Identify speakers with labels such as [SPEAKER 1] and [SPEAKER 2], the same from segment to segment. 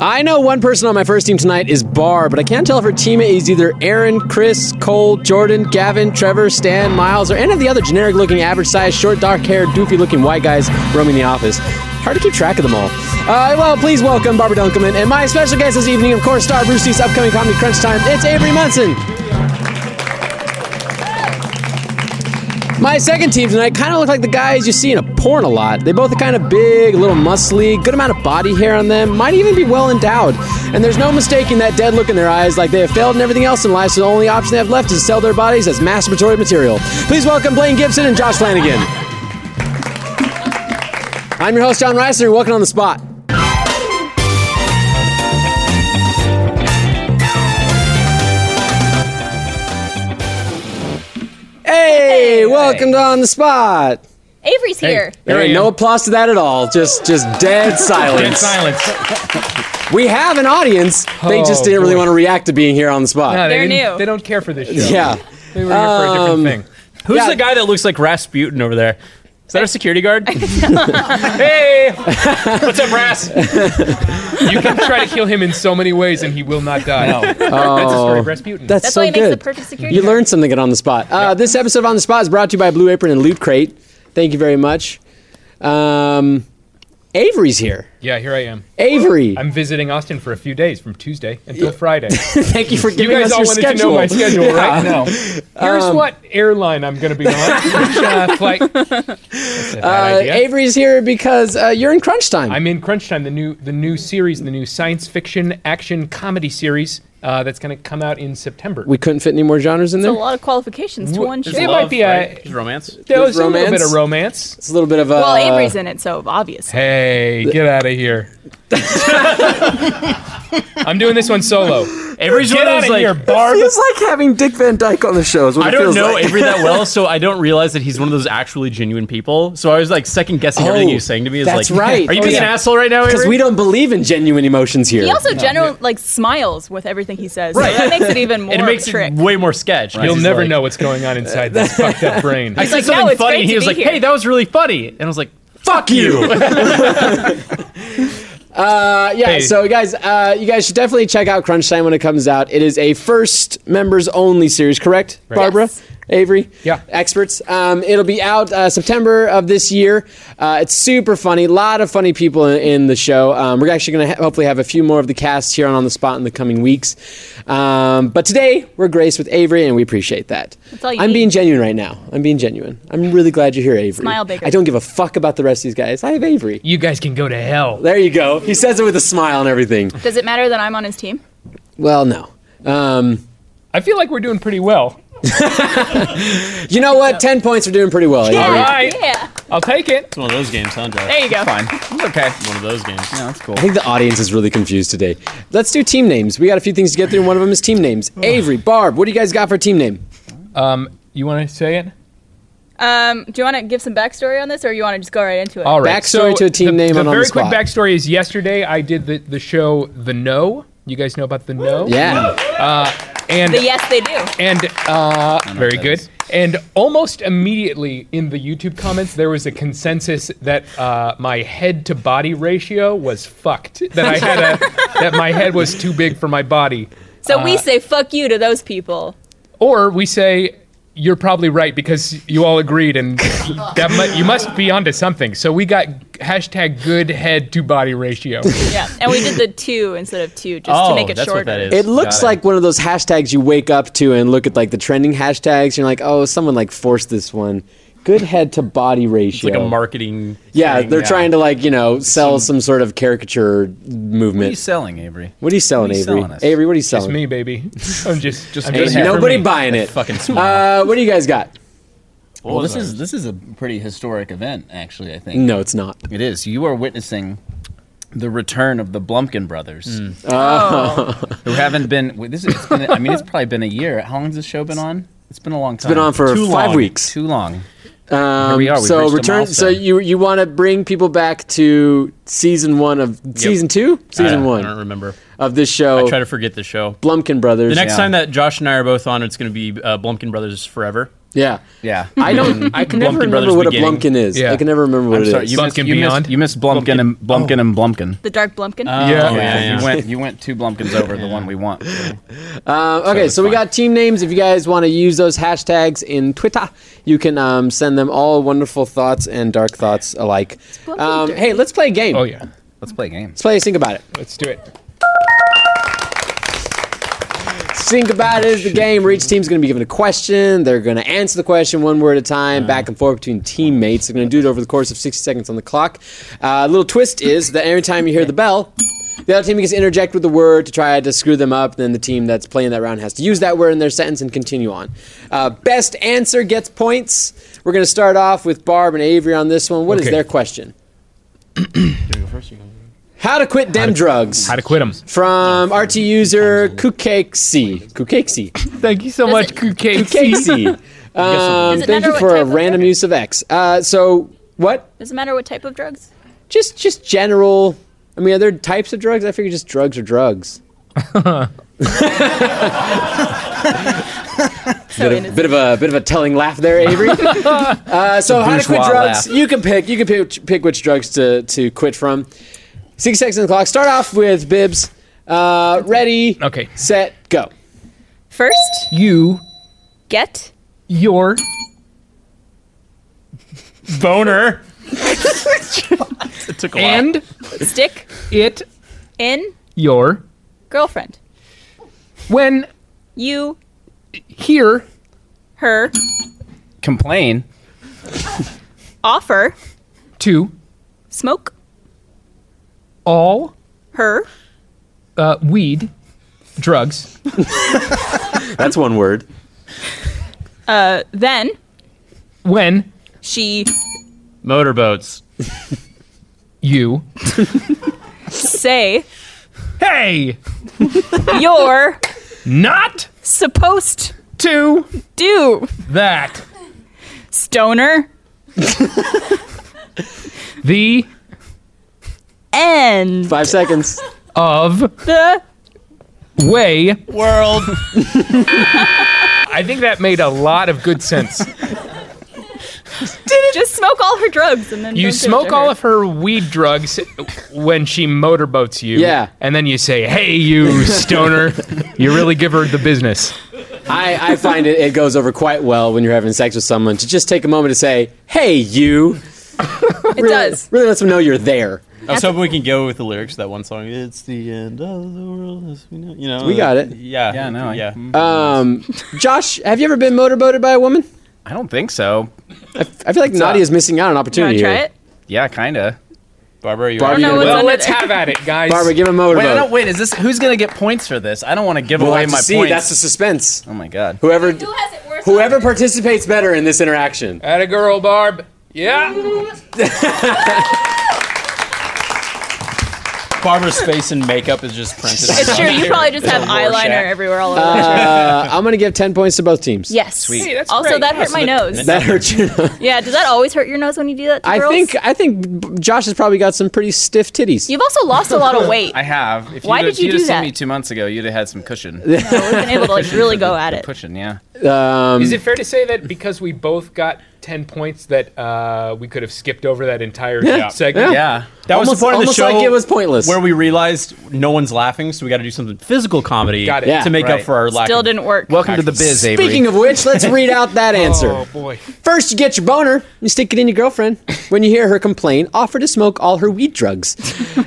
[SPEAKER 1] I know one person on my first team tonight is Barr, but I can't tell if her teammate is either Aaron, Chris, Cole, Jordan, Gavin, Trevor, Stan, Miles, or any of the other generic looking, average sized, short, dark haired, doofy looking white guys roaming the office. Hard to keep track of them all. Uh, well, please welcome Barbara Dunkelman and my special guest this evening, of course, star Bruce Lee's upcoming comedy Crunch Time. It's Avery Munson. My second team tonight kind of look like the guys you see in a porn a lot. They both are kind of big, a little muscly, good amount of body hair on them, might even be well endowed. And there's no mistaking that dead look in their eyes, like they have failed in everything else in life, so the only option they have left is to sell their bodies as masturbatory material. Please welcome Blaine Gibson and Josh Flanagan. I'm your host, John Reisner. Welcome on the spot. Hey, welcome to On the Spot.
[SPEAKER 2] Avery's here.
[SPEAKER 1] There ain't no applause to that at all. Just, just dead silence.
[SPEAKER 3] Dead silence.
[SPEAKER 1] We have an audience. They just
[SPEAKER 3] Oh,
[SPEAKER 1] didn't really
[SPEAKER 3] boy.
[SPEAKER 1] want to react to being here on the
[SPEAKER 3] No,
[SPEAKER 1] spot.
[SPEAKER 3] they
[SPEAKER 2] They're
[SPEAKER 3] didn't-
[SPEAKER 2] new.
[SPEAKER 3] They don't care for this show.
[SPEAKER 1] Yeah.
[SPEAKER 3] They were here for a different
[SPEAKER 1] Um,
[SPEAKER 3] thing. Who's
[SPEAKER 1] yeah.
[SPEAKER 3] the guy that looks like Rasputin over there? Is that a security guard? hey! What's up, Ras? you can try to kill him in so many ways and he will not die. That's Oh. a story of Rasputin.
[SPEAKER 1] That's,
[SPEAKER 2] That's
[SPEAKER 1] so
[SPEAKER 2] why he
[SPEAKER 1] good.
[SPEAKER 2] makes the perfect security.
[SPEAKER 1] you
[SPEAKER 2] guard.
[SPEAKER 1] learned something at On the Spot. Uh, This episode of On the Spot is brought to you by Blue Apron and Loot Crate. Thank you very much. Um, Avery's here.
[SPEAKER 3] yeah, here I am.
[SPEAKER 1] Avery,
[SPEAKER 3] I'm visiting Austin for a few days from Tuesday until Friday.
[SPEAKER 1] thank you for
[SPEAKER 3] You
[SPEAKER 1] giving us
[SPEAKER 3] guys all
[SPEAKER 1] your
[SPEAKER 3] wanted
[SPEAKER 1] schedule.
[SPEAKER 3] to know my schedule, Um,
[SPEAKER 1] Yeah.
[SPEAKER 3] right? No. Here's what airline I'm going to be on. Which, uh, flight? That's a bad
[SPEAKER 1] Uh,
[SPEAKER 3] idea.
[SPEAKER 1] Avery's here because uh, you're in crunch time.
[SPEAKER 3] I'm in Crunch Time, the new the new series, the new science fiction action comedy series uh, that's going to come out in September.
[SPEAKER 1] we couldn't fit any more genres in
[SPEAKER 2] It's a
[SPEAKER 1] there.
[SPEAKER 2] lot of qualifications to
[SPEAKER 3] Wh-
[SPEAKER 2] one show.
[SPEAKER 3] There's It might be a-
[SPEAKER 4] right? romance.
[SPEAKER 3] there was a
[SPEAKER 1] romance.
[SPEAKER 3] little bit of romance.
[SPEAKER 1] It's a little bit of a.
[SPEAKER 2] well, Avery's in it, so obviously.
[SPEAKER 3] Hey, get out of here! I'm doing this one solo.
[SPEAKER 4] Avery's
[SPEAKER 3] Get
[SPEAKER 4] one of
[SPEAKER 3] out
[SPEAKER 4] those
[SPEAKER 3] of
[SPEAKER 4] like.
[SPEAKER 3] here, Barb.
[SPEAKER 1] It's like having Dick Van Dyke on the show. Is what
[SPEAKER 4] I
[SPEAKER 1] it
[SPEAKER 4] don't
[SPEAKER 1] feels
[SPEAKER 4] know
[SPEAKER 1] like.
[SPEAKER 4] Avery that well, so I don't realize that he's one of those actually genuine people. So I was like second guessing everything
[SPEAKER 1] Oh,
[SPEAKER 4] he was saying to me. Is
[SPEAKER 1] that's
[SPEAKER 4] like,
[SPEAKER 1] right.
[SPEAKER 4] Are you
[SPEAKER 1] Oh,
[SPEAKER 4] being an
[SPEAKER 1] yeah.
[SPEAKER 4] asshole right now,
[SPEAKER 1] Because
[SPEAKER 4] Avery?
[SPEAKER 1] we don't believe in genuine emotions here.
[SPEAKER 2] He also general like smiles with everything he says. So that makes it even more
[SPEAKER 4] And it makes
[SPEAKER 2] of a trick.
[SPEAKER 4] it way more sketch.
[SPEAKER 3] You'll
[SPEAKER 4] He's
[SPEAKER 3] never
[SPEAKER 4] like-
[SPEAKER 3] know what's going on inside this fucked up brain.
[SPEAKER 4] I said
[SPEAKER 2] like,
[SPEAKER 4] something
[SPEAKER 2] "No, it's
[SPEAKER 4] funny,
[SPEAKER 2] great
[SPEAKER 4] and
[SPEAKER 2] to
[SPEAKER 4] he was
[SPEAKER 2] be
[SPEAKER 4] like,
[SPEAKER 2] here."
[SPEAKER 4] "Hey, that was really funny," and I was like, "Fuck you."
[SPEAKER 1] Uh, yeah,
[SPEAKER 3] Hey.
[SPEAKER 1] so guys, uh, you guys should definitely check out Crunch Time when it comes out. It is a first members only series, correct? Barbara,
[SPEAKER 2] Yes.
[SPEAKER 1] Avery,
[SPEAKER 3] Yeah.
[SPEAKER 1] experts. Um, it'll be out uh, September of this year. Uh, it's super funny. A lot of funny people in, in the show. Um, we're actually going to ha- hopefully have a few more of the cast here on on the spot in the coming weeks. Um, but today we're graced with Avery, and we appreciate that.
[SPEAKER 2] That's all you
[SPEAKER 1] I'm
[SPEAKER 2] need.
[SPEAKER 1] being genuine right now. I'm being genuine. I'm really glad you're here, Avery.
[SPEAKER 2] Smile bigger.
[SPEAKER 1] I don't give a fuck about the rest of these guys. I have Avery.
[SPEAKER 3] you guys can go to hell.
[SPEAKER 1] There you go. He says it with a smile and everything.
[SPEAKER 2] Does it matter that I'm on his team?
[SPEAKER 1] Well, no. Um,
[SPEAKER 3] I feel like we're doing pretty well.
[SPEAKER 1] you know what? Ten points are doing pretty well.
[SPEAKER 3] All
[SPEAKER 1] Avery.
[SPEAKER 3] right,
[SPEAKER 2] Yeah.
[SPEAKER 3] I'll take it.
[SPEAKER 4] It's one of those games, huh, Josh?
[SPEAKER 2] There you go.
[SPEAKER 5] Fine. It's okay.
[SPEAKER 4] One of those games.
[SPEAKER 5] No, it's cool.
[SPEAKER 1] I think the audience is really confused today. Let's do team names. We got a few things to get through, and one of them is team names. Avery, Barb, what do you guys got for team name?
[SPEAKER 3] Um, you want to say it?
[SPEAKER 2] Um, do you want to give some backstory on this, or you want to just go right into it?
[SPEAKER 3] All right.
[SPEAKER 1] Backstory to a team
[SPEAKER 3] the,
[SPEAKER 1] name
[SPEAKER 3] The
[SPEAKER 1] and on the
[SPEAKER 3] very
[SPEAKER 1] spot.
[SPEAKER 3] quick backstory is yesterday I did the, the show The No. You guys know about The No?
[SPEAKER 1] Yeah.
[SPEAKER 3] And
[SPEAKER 2] The yes, they do.
[SPEAKER 3] and uh, very
[SPEAKER 5] that
[SPEAKER 3] good.
[SPEAKER 5] is.
[SPEAKER 3] And almost immediately in the YouTube comments, there was a consensus that uh, my head to body ratio was fucked. That I had a that my head was too big for my body.
[SPEAKER 2] So we say fuck you to those people.
[SPEAKER 3] Or we say you're probably right because you all agreed, and that mu- you must be onto something. So we got hashtag good head to body ratio.
[SPEAKER 2] Yeah. And we did the two instead of two just to
[SPEAKER 4] Oh,
[SPEAKER 2] make it
[SPEAKER 4] that's
[SPEAKER 2] shorter.
[SPEAKER 4] what that is.
[SPEAKER 1] It looks
[SPEAKER 4] Got it.
[SPEAKER 1] like one of those hashtags you wake up to and look at like the trending hashtags. And you're like, oh, someone like forced this one. Good head to body
[SPEAKER 4] It's
[SPEAKER 1] ratio.
[SPEAKER 4] like a marketing.
[SPEAKER 1] Yeah,
[SPEAKER 4] thing,
[SPEAKER 1] they're trying to like you know sell some, sort of caricature
[SPEAKER 5] What are you
[SPEAKER 1] movement.
[SPEAKER 5] selling, Avery?
[SPEAKER 1] What are you selling,
[SPEAKER 5] what are you
[SPEAKER 1] Avery?
[SPEAKER 5] selling us?
[SPEAKER 1] Avery, what are you
[SPEAKER 3] Just
[SPEAKER 1] selling?
[SPEAKER 3] me, baby. I'm just just
[SPEAKER 4] Ain't
[SPEAKER 3] good
[SPEAKER 1] Ain't
[SPEAKER 3] head for
[SPEAKER 1] nobody
[SPEAKER 3] me.
[SPEAKER 1] buying it.
[SPEAKER 4] fucking smile.
[SPEAKER 1] Uh, what do you guys got?
[SPEAKER 5] Well, this is this is a pretty historic event, actually. I think
[SPEAKER 1] No, it's not.
[SPEAKER 5] it is. You are witnessing the return of the Blumpkin brothers,
[SPEAKER 2] Oh.
[SPEAKER 5] who haven't been. wait, This is, it's been, I mean, it's probably been a year. How long has this show been on? It's been a long time.
[SPEAKER 1] It's been on for
[SPEAKER 4] Too
[SPEAKER 1] five
[SPEAKER 4] long.
[SPEAKER 1] weeks.
[SPEAKER 5] too long.
[SPEAKER 1] Um,
[SPEAKER 5] we are. We've
[SPEAKER 1] so
[SPEAKER 5] reached a
[SPEAKER 1] return. So
[SPEAKER 5] milestone.
[SPEAKER 1] you you want to bring people back to season one of season two, season
[SPEAKER 4] I,
[SPEAKER 1] one Oh.
[SPEAKER 4] I don't remember.
[SPEAKER 1] of this show,
[SPEAKER 4] I try to forget the show.
[SPEAKER 1] Blumpkin Brothers.
[SPEAKER 4] The next
[SPEAKER 5] Yeah.
[SPEAKER 4] time that Josh and I are both on, it's going to be uh, Blumpkin Brothers Forever.
[SPEAKER 1] Yeah.
[SPEAKER 5] Yeah.
[SPEAKER 1] I don't. I can never
[SPEAKER 4] Mm-hmm. Blumpkin
[SPEAKER 1] remember
[SPEAKER 4] Brothers
[SPEAKER 1] what
[SPEAKER 4] beginning.
[SPEAKER 1] a blumpkin is.
[SPEAKER 3] Yeah.
[SPEAKER 1] I can never remember what it is.
[SPEAKER 5] Sorry, you missed,
[SPEAKER 3] Blumpkin
[SPEAKER 5] you,
[SPEAKER 3] Beyond?
[SPEAKER 5] missed, you missed Blumpkin, and Blumpkin and Blumpkin.
[SPEAKER 2] The dark Blumpkin.
[SPEAKER 3] Yeah.
[SPEAKER 5] Oh,
[SPEAKER 4] Yeah, yeah.
[SPEAKER 5] You went you went two Blumpkins over the one we want.
[SPEAKER 1] Um, okay, so,
[SPEAKER 5] it's
[SPEAKER 1] we
[SPEAKER 5] fine.
[SPEAKER 1] got team names. If you guys want to use those hashtags in Twitter, you can um, send them all wonderful thoughts and dark thoughts alike.
[SPEAKER 2] bloody
[SPEAKER 1] Um,
[SPEAKER 2] dirty.
[SPEAKER 1] hey, let's play a game.
[SPEAKER 3] Oh yeah.
[SPEAKER 5] Let's play games.
[SPEAKER 1] Let's play Think About It.
[SPEAKER 3] Let's do it.
[SPEAKER 1] Think About It is the game where each team's going to be given a question. They're going to answer the question one word at a time, back and forth between teammates. They're going to do it over the course of 60 seconds on the clock. Uh, a little twist is that every time you hear the bell, the other team gets to interject with the word to try to screw them up. Then the team that's playing that round has to use that word in their sentence and continue on. Uh, best answer gets points. We're going to start off with Barb and Avery on this one. What is
[SPEAKER 3] Okay.
[SPEAKER 1] their question? How to quit dem drugs
[SPEAKER 3] How to quit them?
[SPEAKER 1] from RT user Kukakesi. Kukakesi.
[SPEAKER 3] Thank you so
[SPEAKER 2] Does
[SPEAKER 3] much,
[SPEAKER 2] it-
[SPEAKER 3] Kukasey.
[SPEAKER 1] Casey. Um,
[SPEAKER 2] Does it
[SPEAKER 1] thank
[SPEAKER 2] matter
[SPEAKER 1] you
[SPEAKER 2] what
[SPEAKER 1] for
[SPEAKER 2] type
[SPEAKER 1] a
[SPEAKER 2] of
[SPEAKER 1] random
[SPEAKER 2] drug?
[SPEAKER 1] use of X. Uh, so what?
[SPEAKER 2] Does it matter what type of drugs?
[SPEAKER 1] Just just general. I mean, are there types of drugs? I figure just drugs are drugs.
[SPEAKER 2] So
[SPEAKER 1] Bit of, bit of a bit of a telling laugh there, Avery. uh, so how to quit
[SPEAKER 5] bourgeois
[SPEAKER 1] drugs?
[SPEAKER 5] laugh.
[SPEAKER 1] You can pick. You can pick, pick which drugs to to quit from. Six seconds on the clock. Start off with Bibs. Uh, ready,
[SPEAKER 3] Okay.
[SPEAKER 1] set, go.
[SPEAKER 2] First,
[SPEAKER 3] You
[SPEAKER 2] get
[SPEAKER 3] your boner
[SPEAKER 4] It took a while.
[SPEAKER 3] and
[SPEAKER 2] stick
[SPEAKER 3] it
[SPEAKER 2] in
[SPEAKER 3] your
[SPEAKER 2] girlfriend.
[SPEAKER 3] when
[SPEAKER 2] You
[SPEAKER 3] here
[SPEAKER 2] her
[SPEAKER 5] Complain.
[SPEAKER 2] offer
[SPEAKER 3] to
[SPEAKER 2] smoke
[SPEAKER 3] all
[SPEAKER 2] her
[SPEAKER 3] uh, weed drugs
[SPEAKER 1] That's one word.
[SPEAKER 2] then
[SPEAKER 3] when
[SPEAKER 2] she
[SPEAKER 4] motorboats.
[SPEAKER 3] you
[SPEAKER 2] say
[SPEAKER 3] hey
[SPEAKER 2] you're
[SPEAKER 3] not
[SPEAKER 2] supposed
[SPEAKER 3] to
[SPEAKER 2] do
[SPEAKER 3] that
[SPEAKER 2] stoner
[SPEAKER 3] the
[SPEAKER 2] and
[SPEAKER 1] Five seconds.
[SPEAKER 3] of
[SPEAKER 2] the
[SPEAKER 3] way
[SPEAKER 5] World.
[SPEAKER 3] I think that made a lot of good sense.
[SPEAKER 2] just smoke all her drugs and then
[SPEAKER 3] You
[SPEAKER 2] don't do it
[SPEAKER 3] smoke
[SPEAKER 2] to
[SPEAKER 3] all
[SPEAKER 2] her.
[SPEAKER 3] of her weed drugs when she motorboats you.
[SPEAKER 1] Yeah.
[SPEAKER 3] And then you say, hey, you stoner. you really give her the business.
[SPEAKER 1] I, I find it, it goes over quite well when you're having sex with someone to just take a moment to say, hey, you.
[SPEAKER 2] It does.
[SPEAKER 1] Really lets them know you're there.
[SPEAKER 4] I was hoping we can go with the lyrics to that one song. It's the end of the world. as we know- You know,
[SPEAKER 1] We got it.
[SPEAKER 4] Yeah,
[SPEAKER 5] Yeah, no, I- Mm-hmm.
[SPEAKER 4] yeah.
[SPEAKER 1] Um, Josh, have you ever been motorboated by a woman?
[SPEAKER 5] I don't think so.
[SPEAKER 1] I feel like
[SPEAKER 5] uh,
[SPEAKER 1] Nadia's missing out on an
[SPEAKER 2] You want
[SPEAKER 1] opportunity
[SPEAKER 2] to try
[SPEAKER 1] here.
[SPEAKER 2] it?
[SPEAKER 5] Yeah, kinda.
[SPEAKER 4] Barbara, you
[SPEAKER 1] Barbara,
[SPEAKER 2] I don't
[SPEAKER 1] you
[SPEAKER 2] know
[SPEAKER 1] gonna
[SPEAKER 2] what's
[SPEAKER 3] Well,
[SPEAKER 1] go?
[SPEAKER 2] on
[SPEAKER 3] let's
[SPEAKER 2] it.
[SPEAKER 3] have at it, guys.
[SPEAKER 1] Barbara, give him a
[SPEAKER 5] Wait, I
[SPEAKER 1] motorboat.
[SPEAKER 5] don't, wait. Is this who's gonna get points for this? I don't want to give
[SPEAKER 1] we'll
[SPEAKER 5] away
[SPEAKER 1] have to
[SPEAKER 5] my
[SPEAKER 1] see.
[SPEAKER 5] points. Oh
[SPEAKER 1] That's the suspense.
[SPEAKER 5] my god.
[SPEAKER 1] Whoever,
[SPEAKER 6] Who has it worse?
[SPEAKER 1] whoever participates better in this interaction.
[SPEAKER 3] At a girl, Barb. Yeah.
[SPEAKER 4] Barbara's face and makeup is just printed. on
[SPEAKER 2] It's
[SPEAKER 4] it.
[SPEAKER 2] true. You probably just have
[SPEAKER 5] Rorschach.
[SPEAKER 2] eyeliner everywhere all over.
[SPEAKER 1] Uh, I'm going to give 10 points to both teams.
[SPEAKER 2] yes.
[SPEAKER 3] Hey, that's
[SPEAKER 2] also,
[SPEAKER 3] great.
[SPEAKER 2] that hurt my nose.
[SPEAKER 1] That hurts you.
[SPEAKER 2] yeah. Does that always hurt your nose when you do that? To
[SPEAKER 1] I
[SPEAKER 2] girls?
[SPEAKER 1] think I think Josh has probably got some pretty stiff titties.
[SPEAKER 2] you've also lost a lot of weight.
[SPEAKER 5] I have. If
[SPEAKER 2] Why
[SPEAKER 5] you'd-
[SPEAKER 2] did you
[SPEAKER 5] you'd
[SPEAKER 2] do
[SPEAKER 5] have
[SPEAKER 2] that?
[SPEAKER 5] Seen me two months ago, you'd have had some cushion. Yeah,
[SPEAKER 2] I wasn't able to like really go at it.
[SPEAKER 5] Cushion, yeah.
[SPEAKER 1] Um,
[SPEAKER 3] Is it fair to say that because we both got 10 points that uh, we could have skipped over that entire segment?
[SPEAKER 5] Yeah.
[SPEAKER 4] That was
[SPEAKER 1] almost,
[SPEAKER 4] the part of the
[SPEAKER 1] almost
[SPEAKER 4] show
[SPEAKER 1] like it was pointless.
[SPEAKER 4] where we realized no one's laughing, so we got to do something physical comedy
[SPEAKER 3] Got it.
[SPEAKER 1] Yeah.
[SPEAKER 4] to make up
[SPEAKER 5] Right.
[SPEAKER 4] for our lack.
[SPEAKER 2] Still
[SPEAKER 4] of-
[SPEAKER 2] didn't work.
[SPEAKER 5] Welcome to the biz, Avery.
[SPEAKER 1] Speaking of which, let's read out that answer.
[SPEAKER 3] Oh, boy.
[SPEAKER 1] First, you get your boner, you stick it in your girlfriend. When you hear her complain, offer to smoke all her weed drugs.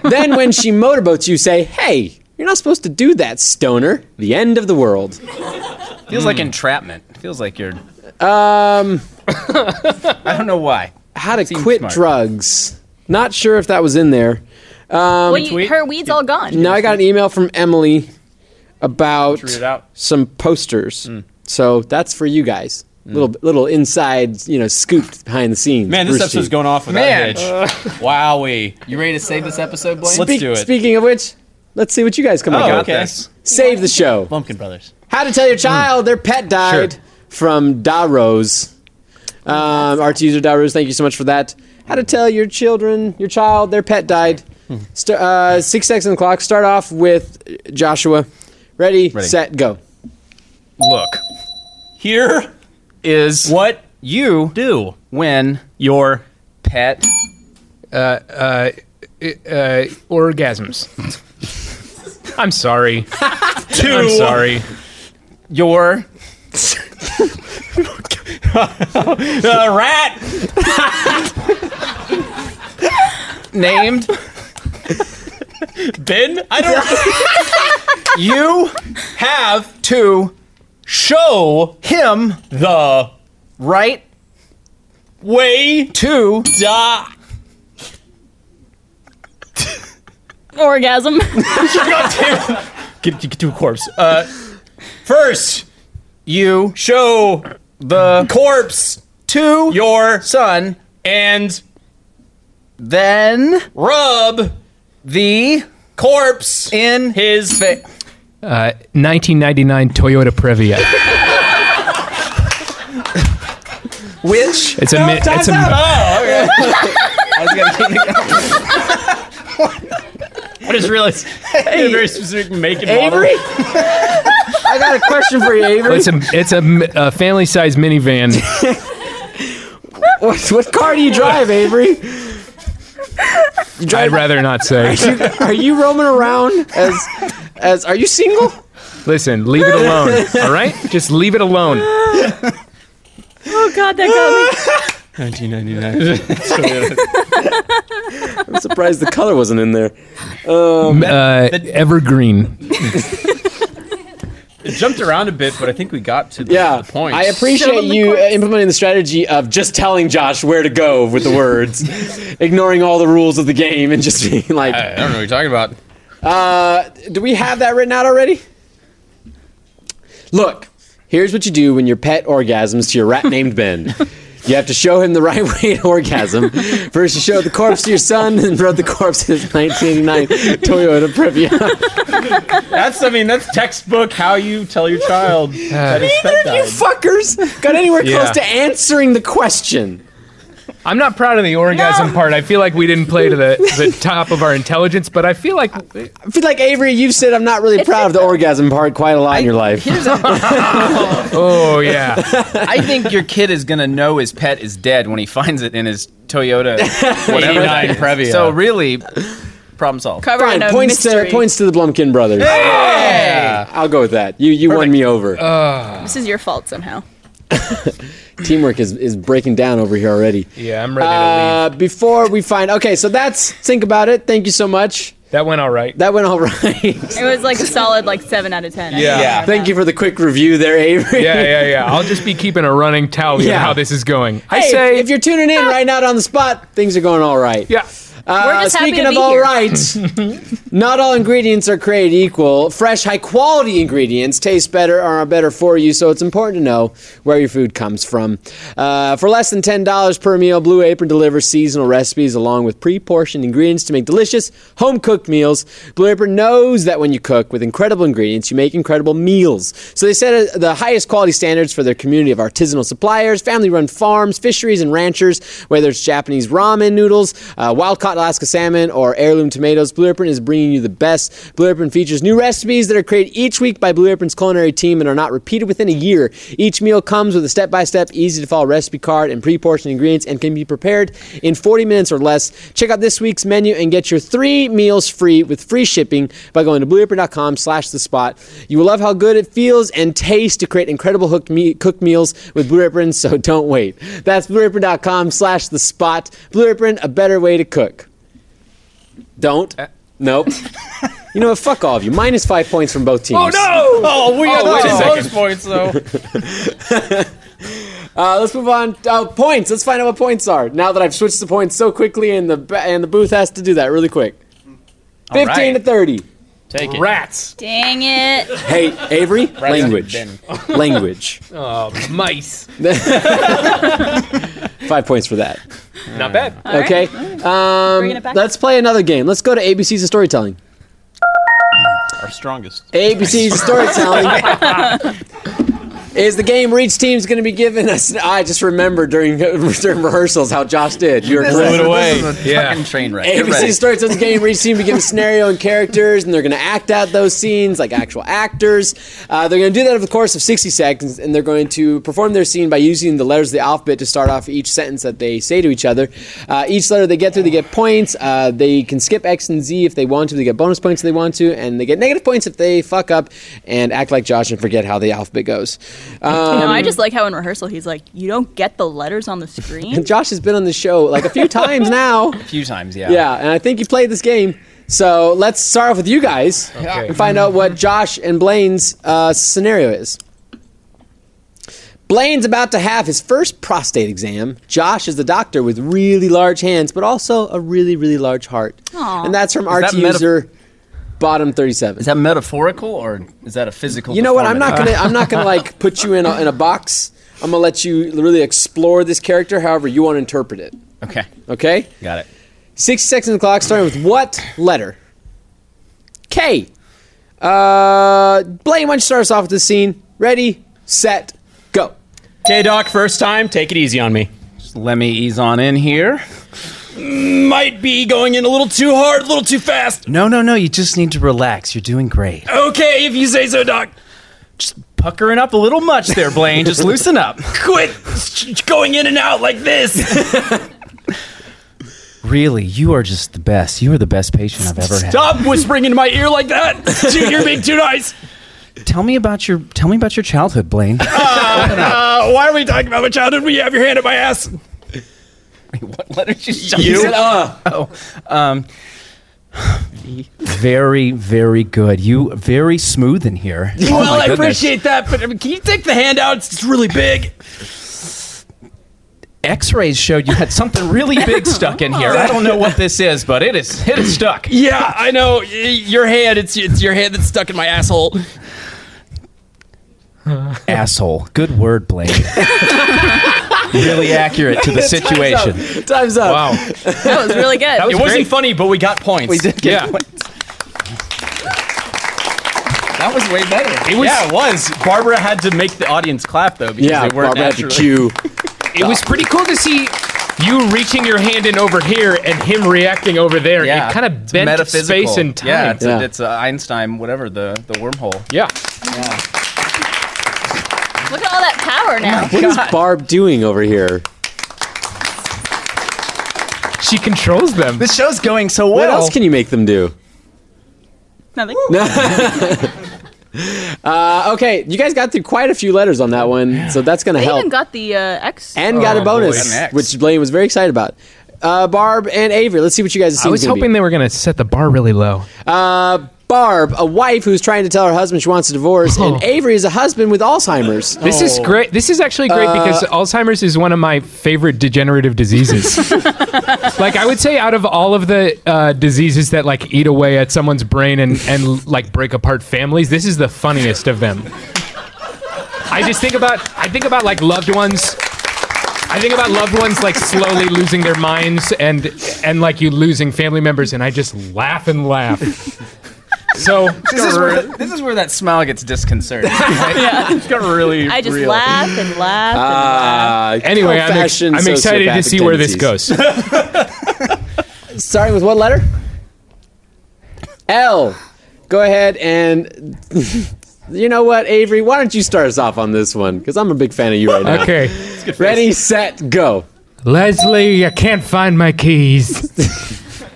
[SPEAKER 1] then, when she motorboats, you say, Hey, you're not supposed to do that, stoner. The end of the world.
[SPEAKER 5] feels like entrapment. Feels like you're. Um. I don't know why.
[SPEAKER 1] How to
[SPEAKER 5] Seems
[SPEAKER 1] quit
[SPEAKER 5] smart.
[SPEAKER 1] drugs. Not sure if that was in there.
[SPEAKER 2] Well, you, her weed's all gone.
[SPEAKER 1] Now, I got an email from Emily about
[SPEAKER 5] read it out. Hmm.
[SPEAKER 1] some posters. So, that's for you guys. Little, little inside, you know, scooped behind the scenes.
[SPEAKER 4] Man, this
[SPEAKER 1] Bruce
[SPEAKER 4] episode's
[SPEAKER 1] G.
[SPEAKER 4] going off without
[SPEAKER 5] Man.
[SPEAKER 4] a hitch. Wowie.
[SPEAKER 5] You ready to save this episode, Blaine?
[SPEAKER 4] Let's
[SPEAKER 1] Speak-
[SPEAKER 4] do it.
[SPEAKER 1] Speaking of which, let's see what you guys come up
[SPEAKER 4] Oh,
[SPEAKER 1] with.
[SPEAKER 4] okay.
[SPEAKER 1] Save the show.
[SPEAKER 4] Bumpkin Brothers.
[SPEAKER 1] How to tell your child their pet died
[SPEAKER 4] Sure.
[SPEAKER 1] from Da Rose. Um, RT user Da Rose, thank you so much for that. How to tell your children, your child, their pet died. St- uh, six seconds on the clock. Start off with Joshua. Ready, set, go.
[SPEAKER 4] Look. Here
[SPEAKER 5] is
[SPEAKER 4] What
[SPEAKER 5] you
[SPEAKER 4] do
[SPEAKER 5] when
[SPEAKER 4] your
[SPEAKER 5] pet
[SPEAKER 3] uh, orgasms. I'm sorry. Two. I'm sorry.
[SPEAKER 5] your
[SPEAKER 4] the rat?
[SPEAKER 5] named
[SPEAKER 4] Ben? I don't.
[SPEAKER 5] you have to show him
[SPEAKER 4] the
[SPEAKER 5] right
[SPEAKER 4] way
[SPEAKER 5] to
[SPEAKER 4] da.
[SPEAKER 2] Orgasm.
[SPEAKER 4] Get, get to a corpse. Uh, first,
[SPEAKER 5] you
[SPEAKER 4] show
[SPEAKER 5] the
[SPEAKER 4] corpse
[SPEAKER 5] to your
[SPEAKER 4] your
[SPEAKER 5] son
[SPEAKER 4] and
[SPEAKER 5] then
[SPEAKER 4] rub
[SPEAKER 5] the
[SPEAKER 4] corpse
[SPEAKER 5] in
[SPEAKER 4] his
[SPEAKER 5] fa-
[SPEAKER 3] Uh, 1999 Toyota Previa.
[SPEAKER 5] which
[SPEAKER 3] It's a. mi- it's a.
[SPEAKER 4] Oh, I just realized hey, very specific make and model.
[SPEAKER 1] Avery? I got a question for you, Avery.
[SPEAKER 3] It's a. It's a, mi- a family-sized minivan.
[SPEAKER 1] What, what car do you drive, Avery? You
[SPEAKER 3] I'd
[SPEAKER 1] drive,
[SPEAKER 3] rather not say.
[SPEAKER 1] are you roaming around as as are you single?
[SPEAKER 3] Listen, leave it alone. All right, just leave it alone.
[SPEAKER 2] oh God, that got me.
[SPEAKER 4] 1999.
[SPEAKER 1] I'm surprised the color wasn't in there.
[SPEAKER 3] Uh, evergreen.
[SPEAKER 4] it jumped around a bit, but I think we got to the,
[SPEAKER 1] Yeah,
[SPEAKER 4] the point.
[SPEAKER 1] I appreciate
[SPEAKER 2] Settle the
[SPEAKER 1] you uh,
[SPEAKER 2] courts.
[SPEAKER 1] implementing the strategy of just telling Josh where to go with the words, ignoring all the rules of the game, and just being like, uh,
[SPEAKER 4] I don't know what you're talking about.
[SPEAKER 1] do we have that written out already? Look, here's what you do when your pet orgasms to your rat named Ben. You have to show him the right way to orgasm. First, you show the corpse to your son, and rub the corpse in his 1989 Toyota Previa.
[SPEAKER 4] That's, I mean, that's textbook how you tell your child that his pet
[SPEAKER 1] you
[SPEAKER 4] died.
[SPEAKER 1] fuckers got anywhere close
[SPEAKER 4] Yeah.
[SPEAKER 1] to answering the question.
[SPEAKER 3] I'm not proud of the orgasm
[SPEAKER 2] No.
[SPEAKER 3] part. I feel like we didn't play to the, the top of our intelligence, but I feel like
[SPEAKER 1] I feel like Avery, you've said I'm not really proud of the orgasm part quite a lot in your life.
[SPEAKER 3] oh yeah.
[SPEAKER 5] I think your kid is gonna know his pet is dead when he finds it in his Toyota whatever that is.
[SPEAKER 4] Previa.
[SPEAKER 5] So really, problem solved.
[SPEAKER 2] Covered
[SPEAKER 1] Fine,
[SPEAKER 2] in a
[SPEAKER 1] points
[SPEAKER 2] mystery.
[SPEAKER 1] to points to the Blumpkin brothers. I'll go with that. You you won me over.
[SPEAKER 3] Uh,
[SPEAKER 2] This is your fault somehow.
[SPEAKER 1] Teamwork is, is breaking down over here already.
[SPEAKER 3] Yeah, I'm ready to
[SPEAKER 1] Uh, before we find okay, so that's think about it. Thank you so much.
[SPEAKER 3] leave. That went all right.
[SPEAKER 1] That went all right.
[SPEAKER 2] It was like a solid like seven out of ten. I
[SPEAKER 3] Yeah.
[SPEAKER 2] think.
[SPEAKER 3] Yeah.
[SPEAKER 1] Thank you for the quick review there, Avery.
[SPEAKER 3] Yeah, yeah, yeah. I'll just be keeping a running tally
[SPEAKER 1] Yeah.
[SPEAKER 3] of how this is going. I
[SPEAKER 1] Hey, if-
[SPEAKER 3] say,
[SPEAKER 1] if, you're tuning in right now on the spot, things are going all right.
[SPEAKER 3] yeah.
[SPEAKER 1] Uh,
[SPEAKER 2] We're just happy
[SPEAKER 1] speaking
[SPEAKER 2] to
[SPEAKER 1] of
[SPEAKER 2] be
[SPEAKER 1] all
[SPEAKER 2] here.
[SPEAKER 1] right, not all ingredients are created equal. Fresh, high quality ingredients taste better or are better for you, so it's important to know where your food comes from. Uh, for less than $10 per meal, Blue Apron delivers seasonal recipes along with pre portioned ingredients to make delicious home cooked meals. Blue Apron knows that when you cook with incredible ingredients, you make incredible meals. So they set uh, the highest quality standards for their community of artisanal suppliers, family run farms, fisheries, and ranchers, whether it's Japanese ramen noodles, uh, wild caught Alaska salmon, or heirloom tomatoes. Blue Apron is bringing you the best. Blue Apron features new recipes that are created each week by Blue Apron's culinary team and are not repeated within a year. Each meal comes with a step by step, easy to follow recipe card and pre portioned ingredients and can be prepared in 40 minutes or less. Check out this week's menu and get your three meals free with free shipping by going to blueapron.com slash the spot. You will love how good it feels and tastes to create incredible hooked me- cooked meals with Blue Apron, so don't wait. That's blueapron.com slash the spot. Blue Apron, a better way to cook. Don't. Nope. you know what? Fuck all of you. Minus five points from both teams.
[SPEAKER 4] Oh, we got
[SPEAKER 1] wait a
[SPEAKER 4] oh,
[SPEAKER 1] second.
[SPEAKER 4] those points, though.
[SPEAKER 1] Uh, let's move on. Uh, points. Let's find out what points are. Now that I've switched the points so quickly, and the ba- and the booth has to do that really quick. Fifteen to thirty.
[SPEAKER 5] Take it.
[SPEAKER 3] Rats.
[SPEAKER 2] Dang it.
[SPEAKER 1] Hey, Avery. language.
[SPEAKER 5] Ben.
[SPEAKER 1] Language.
[SPEAKER 3] Oh, mice.
[SPEAKER 1] Five points for that.
[SPEAKER 3] Not bad.
[SPEAKER 2] All right.
[SPEAKER 1] okay. Um,
[SPEAKER 2] Bringing it back.
[SPEAKER 1] Let's play another game. Let's go to ABC's of storytelling.
[SPEAKER 4] Our strongest.
[SPEAKER 1] ABC's of storytelling. is the game Reach Team's going to be giving us. I just remember during during rehearsals how Josh did. You were correct.
[SPEAKER 5] This
[SPEAKER 4] away.
[SPEAKER 5] is a
[SPEAKER 3] Yeah.
[SPEAKER 5] fucking train wreck. Get ready.
[SPEAKER 1] ABC starts on the game where each team begins scenario and characters, and they're going to act out those scenes like actual actors. Uh, they're going to do that over the course of 60 seconds, and they're going to perform their scene by using the letters of the alphabet to start off each sentence that they say to each other. Uh, each letter they get through, they get points. Uh, they can skip X and Z if they want to. They get bonus points if they want to, and they get negative points if they fuck up and act like Josh and forget how the alphabet goes. Um,
[SPEAKER 2] no, I just like how in rehearsal he's like, you don't get the letters on the screen.
[SPEAKER 1] Josh has been on the show like a few times now.
[SPEAKER 5] a few times, yeah.
[SPEAKER 1] Yeah, and I think you played this game. So let's start off with you guys and find out what Josh and Blaine's uh, scenario is. Blaine's about to have his first prostate exam. Josh is the doctor with really large hands, but also a really, really large heart.
[SPEAKER 2] Aw.
[SPEAKER 1] And that's from
[SPEAKER 5] that
[SPEAKER 1] RT
[SPEAKER 5] meta-
[SPEAKER 1] user bottom thirty-seven.
[SPEAKER 5] Is that metaphorical or is that a physical?
[SPEAKER 1] You know what? I'm not
[SPEAKER 5] deformity?
[SPEAKER 1] gonna. I'm not gonna like put you in a, in a box. I'm gonna let you really explore this character, however you want to interpret it.
[SPEAKER 5] Okay,
[SPEAKER 1] Okay.
[SPEAKER 5] got it.
[SPEAKER 1] 60 seconds on the clock, starting with what letter? K. Uh, Blaine, why don't you start us off with this scene? Ready, set, go.
[SPEAKER 4] K Doc, first time, take it easy on me.
[SPEAKER 5] Just let me ease on in here.
[SPEAKER 4] Might be going in a little too hard, a little too fast.
[SPEAKER 5] No, no, no. You just need to relax. You're doing great.
[SPEAKER 4] Okay, if you say so, Doc.
[SPEAKER 5] Puckering up a little much there, Blaine. Just loosen up.
[SPEAKER 4] Quit sh- going in and out like this.
[SPEAKER 5] Really, you are just the best. You are the best patient I've ever
[SPEAKER 4] Stop whispering into my ear like that. Dude, you're being too nice.
[SPEAKER 5] had. Tell me about your tell me about your childhood, Blaine.
[SPEAKER 4] Uh, why are we talking about my childhood when you have your hand at my ass?
[SPEAKER 5] what letter did you start?
[SPEAKER 1] He said, uh.
[SPEAKER 5] Oh, um,
[SPEAKER 6] Very, very good. You very smooth in here.
[SPEAKER 5] Oh
[SPEAKER 4] well, I appreciate that, but I mean, can you take the hand out? It's really big.
[SPEAKER 6] X-rays showed you had something really big stuck in here. I don't know what this is, but it is it is stuck.
[SPEAKER 4] Yeah, I know. Y- Your hand, it's it's your hand that's stuck in my asshole.
[SPEAKER 6] Asshole. Good word, Blaine. really accurate to the
[SPEAKER 4] Oh,
[SPEAKER 6] situation.
[SPEAKER 1] Time's up. Time's up.
[SPEAKER 4] Wow.
[SPEAKER 2] That was really good.
[SPEAKER 4] It wasn't funny, but we got points.
[SPEAKER 5] We did get
[SPEAKER 4] yeah.
[SPEAKER 5] points. That was way better.
[SPEAKER 4] It was, yeah, it was. Barbara had to make the audience clap though because
[SPEAKER 1] Yeah,
[SPEAKER 4] they weren't
[SPEAKER 1] Barbara had to
[SPEAKER 4] naturally-
[SPEAKER 1] cue.
[SPEAKER 3] It was pretty cool to see you reaching your hand in over here and him reacting over there.
[SPEAKER 5] Yeah,
[SPEAKER 3] It kind of
[SPEAKER 5] It's
[SPEAKER 3] bent
[SPEAKER 5] metaphysical.
[SPEAKER 3] space and time.
[SPEAKER 5] Yeah, it's,
[SPEAKER 1] Yeah.
[SPEAKER 5] A, it's a Einstein, whatever the the wormhole.
[SPEAKER 3] Yeah.
[SPEAKER 2] Look at all that power now.
[SPEAKER 1] What is Barb doing over here?
[SPEAKER 3] She controls them.
[SPEAKER 5] This show's going so
[SPEAKER 1] What
[SPEAKER 5] well.
[SPEAKER 1] else can you make them do?
[SPEAKER 2] Nothing.
[SPEAKER 1] Uh, okay, you guys got through quite a few letters on that one, so that's going to
[SPEAKER 2] I
[SPEAKER 1] help.
[SPEAKER 2] even got the uh, X.
[SPEAKER 1] and got a
[SPEAKER 3] Oh,
[SPEAKER 1] bonus,
[SPEAKER 5] boy. An X.
[SPEAKER 1] which Blaine was very excited about. Uh, Barb and Avery, let's see what you guys
[SPEAKER 3] I was hoping they were going to set the bar really low.
[SPEAKER 1] Uh, Barb, a wife who's trying to tell her husband she wants a divorce, and
[SPEAKER 3] Oh.
[SPEAKER 1] Avery is a husband with Alzheimer's.
[SPEAKER 3] This is great. This is actually great because Alzheimer's is one of my favorite degenerative diseases. like I would say, out of all of the uh, diseases that like eat away at someone's brain and and like break apart families, this is the funniest of them. I just think about I think about like loved ones. I think about loved ones like slowly losing their minds and and like you losing family members, and I just laugh and laugh. So
[SPEAKER 5] This is, where, this is where that smile gets disconcerting.
[SPEAKER 4] It's got really.
[SPEAKER 2] I just
[SPEAKER 4] real.
[SPEAKER 2] laugh and laugh. and laugh.
[SPEAKER 1] Uh,
[SPEAKER 3] anyway, I'm, ex-
[SPEAKER 1] old-fashioned
[SPEAKER 3] I'm excited to
[SPEAKER 1] sociopathic
[SPEAKER 3] see where this
[SPEAKER 1] tendencies.
[SPEAKER 3] goes.
[SPEAKER 1] Starting with what letter? L. Go ahead and. You know what, Avery? Why don't you start us off on this one? Because I'm a big fan of you right now.
[SPEAKER 3] Okay.
[SPEAKER 1] Ready, set, go.
[SPEAKER 3] Leslie, I can't find my keys.
[SPEAKER 1] Uh,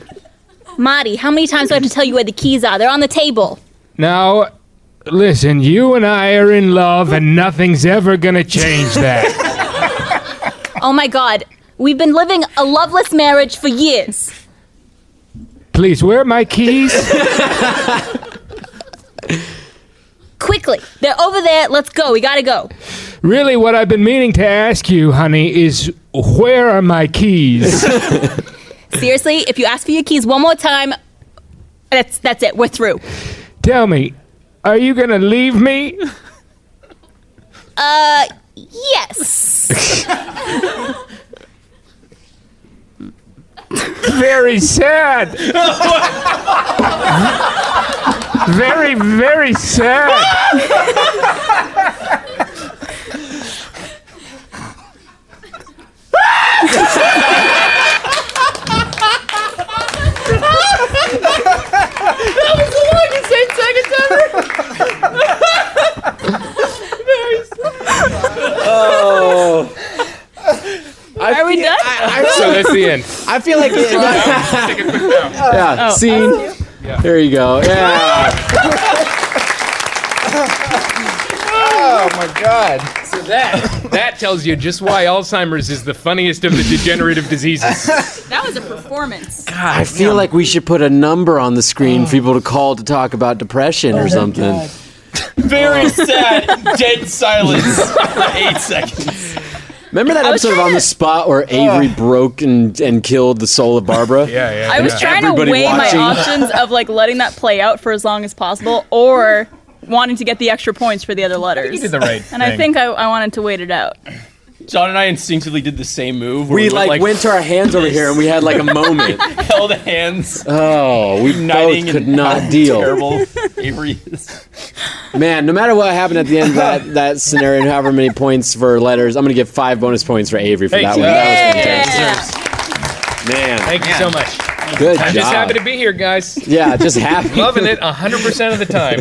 [SPEAKER 7] Marty, how many times do I have to tell you where the keys are? They're on the table.
[SPEAKER 3] Now, listen, you and I are in love, and nothing's ever gonna change that.
[SPEAKER 7] Oh my god. We've been living a loveless marriage for years.
[SPEAKER 3] Please, where are my keys?
[SPEAKER 7] Quickly. They're over there. Let's go. We gotta go.
[SPEAKER 3] Really, what I've been meaning to ask you, honey, is where are my keys?
[SPEAKER 7] Seriously, if you ask for your keys one more time, that's that's it. We're through.
[SPEAKER 3] Tell me, are you gonna leave me?
[SPEAKER 7] Uh yes.
[SPEAKER 3] Very sad. very, very sad.
[SPEAKER 2] Oh.
[SPEAKER 1] I feel like it,
[SPEAKER 3] Take a quick bow.
[SPEAKER 1] yeah. Scene.
[SPEAKER 3] oh,
[SPEAKER 1] There you go. Yeah.
[SPEAKER 3] That tells you just why Alzheimer's is the funniest of the degenerative diseases.
[SPEAKER 7] That was a performance.
[SPEAKER 1] I feel like we should put a number on the screen for people to call to talk about depression
[SPEAKER 3] Oh,
[SPEAKER 1] or something.
[SPEAKER 4] Very
[SPEAKER 5] Oh.
[SPEAKER 4] sad, dead silence for eight seconds.
[SPEAKER 1] Remember that
[SPEAKER 2] was
[SPEAKER 1] episode of
[SPEAKER 2] trying
[SPEAKER 1] On the
[SPEAKER 2] to-
[SPEAKER 1] Spot where Avery broke and, and killed the soul of Barbara?
[SPEAKER 3] Yeah, yeah.
[SPEAKER 2] I was trying to
[SPEAKER 1] everybody
[SPEAKER 2] weigh
[SPEAKER 1] watching.
[SPEAKER 2] my options of like letting that play out for as long as possible or wanting to get the extra points for the other letters.
[SPEAKER 3] You did the right
[SPEAKER 2] and I think I, I wanted to wait it out.
[SPEAKER 4] John and I instinctively did the same move. where
[SPEAKER 1] We like, went to our hands over here and we had like a moment.
[SPEAKER 4] held hands,
[SPEAKER 1] Oh, we
[SPEAKER 4] uniting
[SPEAKER 1] both could
[SPEAKER 4] in
[SPEAKER 1] not
[SPEAKER 4] how
[SPEAKER 1] deal.
[SPEAKER 4] Terrible Avery is.
[SPEAKER 1] Man, no matter what happened at the end of that, that scenario, and however many points for letters, I'm going to give five bonus points for Avery for that one. That was fantastic.
[SPEAKER 3] Thank you so much.
[SPEAKER 1] Man, good
[SPEAKER 3] I'm
[SPEAKER 1] job.
[SPEAKER 3] just happy to be here, guys.
[SPEAKER 1] yeah, just happy.
[SPEAKER 3] Loving it 100% of the time.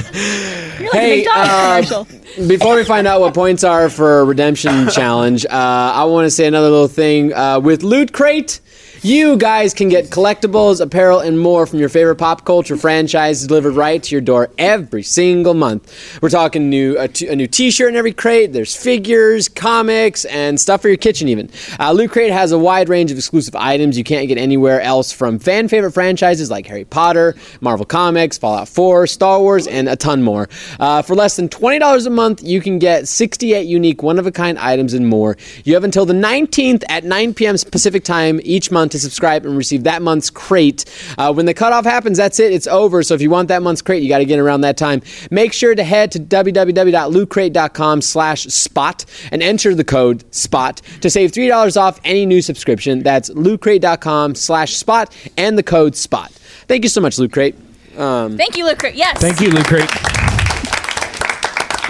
[SPEAKER 2] You're like
[SPEAKER 1] Hey,
[SPEAKER 2] a McDonald's
[SPEAKER 1] uh,
[SPEAKER 2] commercial.
[SPEAKER 1] Before we find out what points are for Redemption Challenge, uh, I want to say another little thing. Uh, with Loot Crate, you guys can get collectibles, apparel, and more from your favorite pop culture franchise delivered right to your door every single month. We're talking new a, t- a new T-shirt in every crate. There's figures, comics, and stuff for your kitchen. Even uh, Loot Crate has a wide range of exclusive items you can't get anywhere else from fan favorite franchises like Harry Potter, Marvel Comics, Fallout 4, Star Wars, and a ton more. Uh, for less than $20 a month, you can get 68 unique, one of a kind items and more. You have until the 19th at 9 p.m. Pacific time each month to subscribe and receive that month's crate. Uh, when the cutoff happens, that's it, it's over. So if you want that month's crate, you got to get in around that time. Make sure to head to www.lootcrate.com slash spot and enter the code SPOT to save $3 off any new subscription. That's lootcrate.com slash spot and the code SPOT. Thank you so much, Loot Crate.
[SPEAKER 7] Thank you, Lucre. Yes.
[SPEAKER 8] Thank you, Luke Crate.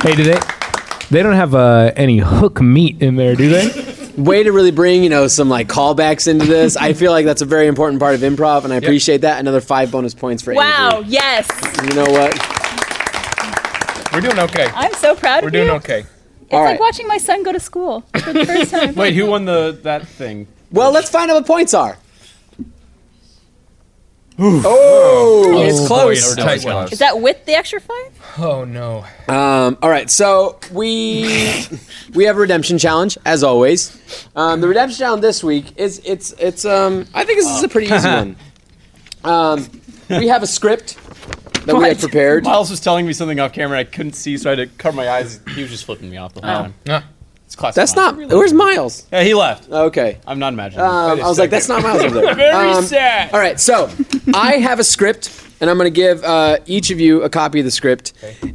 [SPEAKER 8] Hey, do they? They don't have uh, any hook meat in there, do they?
[SPEAKER 1] way to really bring you know some like callbacks into this. I feel like that's a very important part of improv, and I appreciate that. Another five bonus points for
[SPEAKER 7] Wow.
[SPEAKER 1] Avery.
[SPEAKER 7] Yes.
[SPEAKER 1] You know what?
[SPEAKER 3] We're doing okay.
[SPEAKER 7] I'm so proud
[SPEAKER 3] We're
[SPEAKER 7] of you.
[SPEAKER 3] doing okay.
[SPEAKER 7] It's like
[SPEAKER 1] right.
[SPEAKER 7] watching my son go to school for the first time.
[SPEAKER 4] Wait, who won the that thing?
[SPEAKER 1] Well, let's find out what points are. Oh, it's close.
[SPEAKER 3] Tight one.
[SPEAKER 7] Is that with the extra five?
[SPEAKER 3] Oh, no.
[SPEAKER 1] Um, all right, so we we have a redemption challenge as always. Um, the redemption challenge this week is it's it's um, I think this is a pretty easy one. Um, we have a script that we
[SPEAKER 7] What?
[SPEAKER 1] have prepared.
[SPEAKER 4] Miles was telling me something off camera I couldn't see, so I had to cover my eyes. He was just flipping me off the whole time.
[SPEAKER 3] Ah.
[SPEAKER 4] It's classic.
[SPEAKER 1] That's
[SPEAKER 4] Miles.
[SPEAKER 1] not. Where's Miles?
[SPEAKER 4] Yeah, he left.
[SPEAKER 1] Okay.
[SPEAKER 4] I'm not imagining.
[SPEAKER 1] Um, I was like, that's not Miles over there.
[SPEAKER 4] Very
[SPEAKER 1] Um,
[SPEAKER 4] sad.
[SPEAKER 1] All right, so I have a script, and I'm going to give uh, each of you a copy of the script.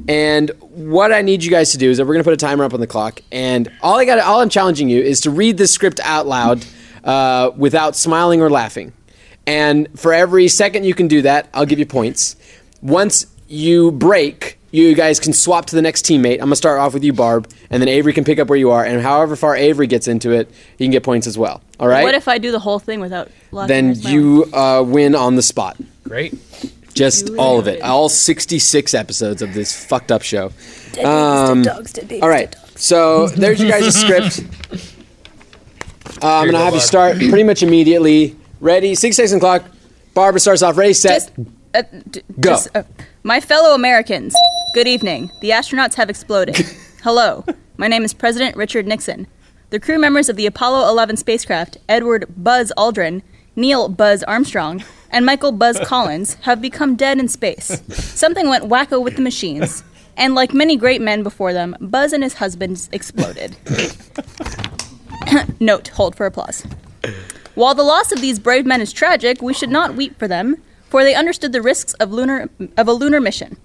[SPEAKER 1] And what I need you guys to do is that we're going to put a timer up on the clock, and all I got, all I'm challenging you is to read this script out loud uh, without smiling or laughing. And for every second you can do that, I'll give you points. Once you break, you guys can swap to the next teammate. I'm gonna start off with you, Barb, and then Avery can pick up where you are. And however far Avery gets into it, you can get points as well. All right
[SPEAKER 2] What if I do the whole thing without laughing or
[SPEAKER 1] then
[SPEAKER 2] smiling?
[SPEAKER 1] you uh, win on the spot.
[SPEAKER 3] Great.
[SPEAKER 1] Just all of it. All 66 episodes of this fucked up show. um, All right. So there's you guys' script. Uh, I'm
[SPEAKER 3] Here
[SPEAKER 1] going to
[SPEAKER 3] you go,
[SPEAKER 1] have you
[SPEAKER 3] Barb.
[SPEAKER 1] start pretty much immediately. Ready? Six seconds on the clock. Barbara starts off. Ready, set.
[SPEAKER 2] Just, uh, d-
[SPEAKER 1] Go.
[SPEAKER 2] just, uh, my fellow Americans, good evening. The astronauts have exploded. Hello. My name is President Richard Nixon. The crew members of the Apollo 11 spacecraft, Edward Buzz Aldrin, Neil Buzz Armstrong, and Michael Buzz Collins, have become dead in space. Something went wacko with the machines. And like many great men before them, Buzz and his husbands exploded. Note, hold for applause. While the loss of these brave men is tragic, we should not weep for them, for they understood the risks of lunar of a lunar mission.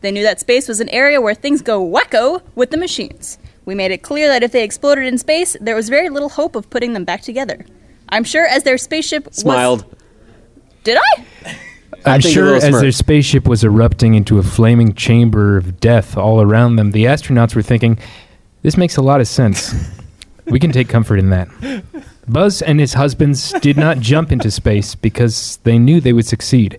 [SPEAKER 2] They knew that space was an area where things go wacko with the machines. We made it clear that if they exploded in space, there was very little hope of putting them back together. I'm sure as their spaceship was-
[SPEAKER 1] Smiled.
[SPEAKER 2] Did I?
[SPEAKER 8] I'm
[SPEAKER 1] think a
[SPEAKER 8] sure
[SPEAKER 1] little
[SPEAKER 8] as
[SPEAKER 1] smirk.
[SPEAKER 8] their spaceship was erupting into a flaming chamber of death all around them, the astronauts were thinking, this makes a lot of sense. we can take comfort in that. Buzz and his husbands did not jump into space because they knew they would succeed.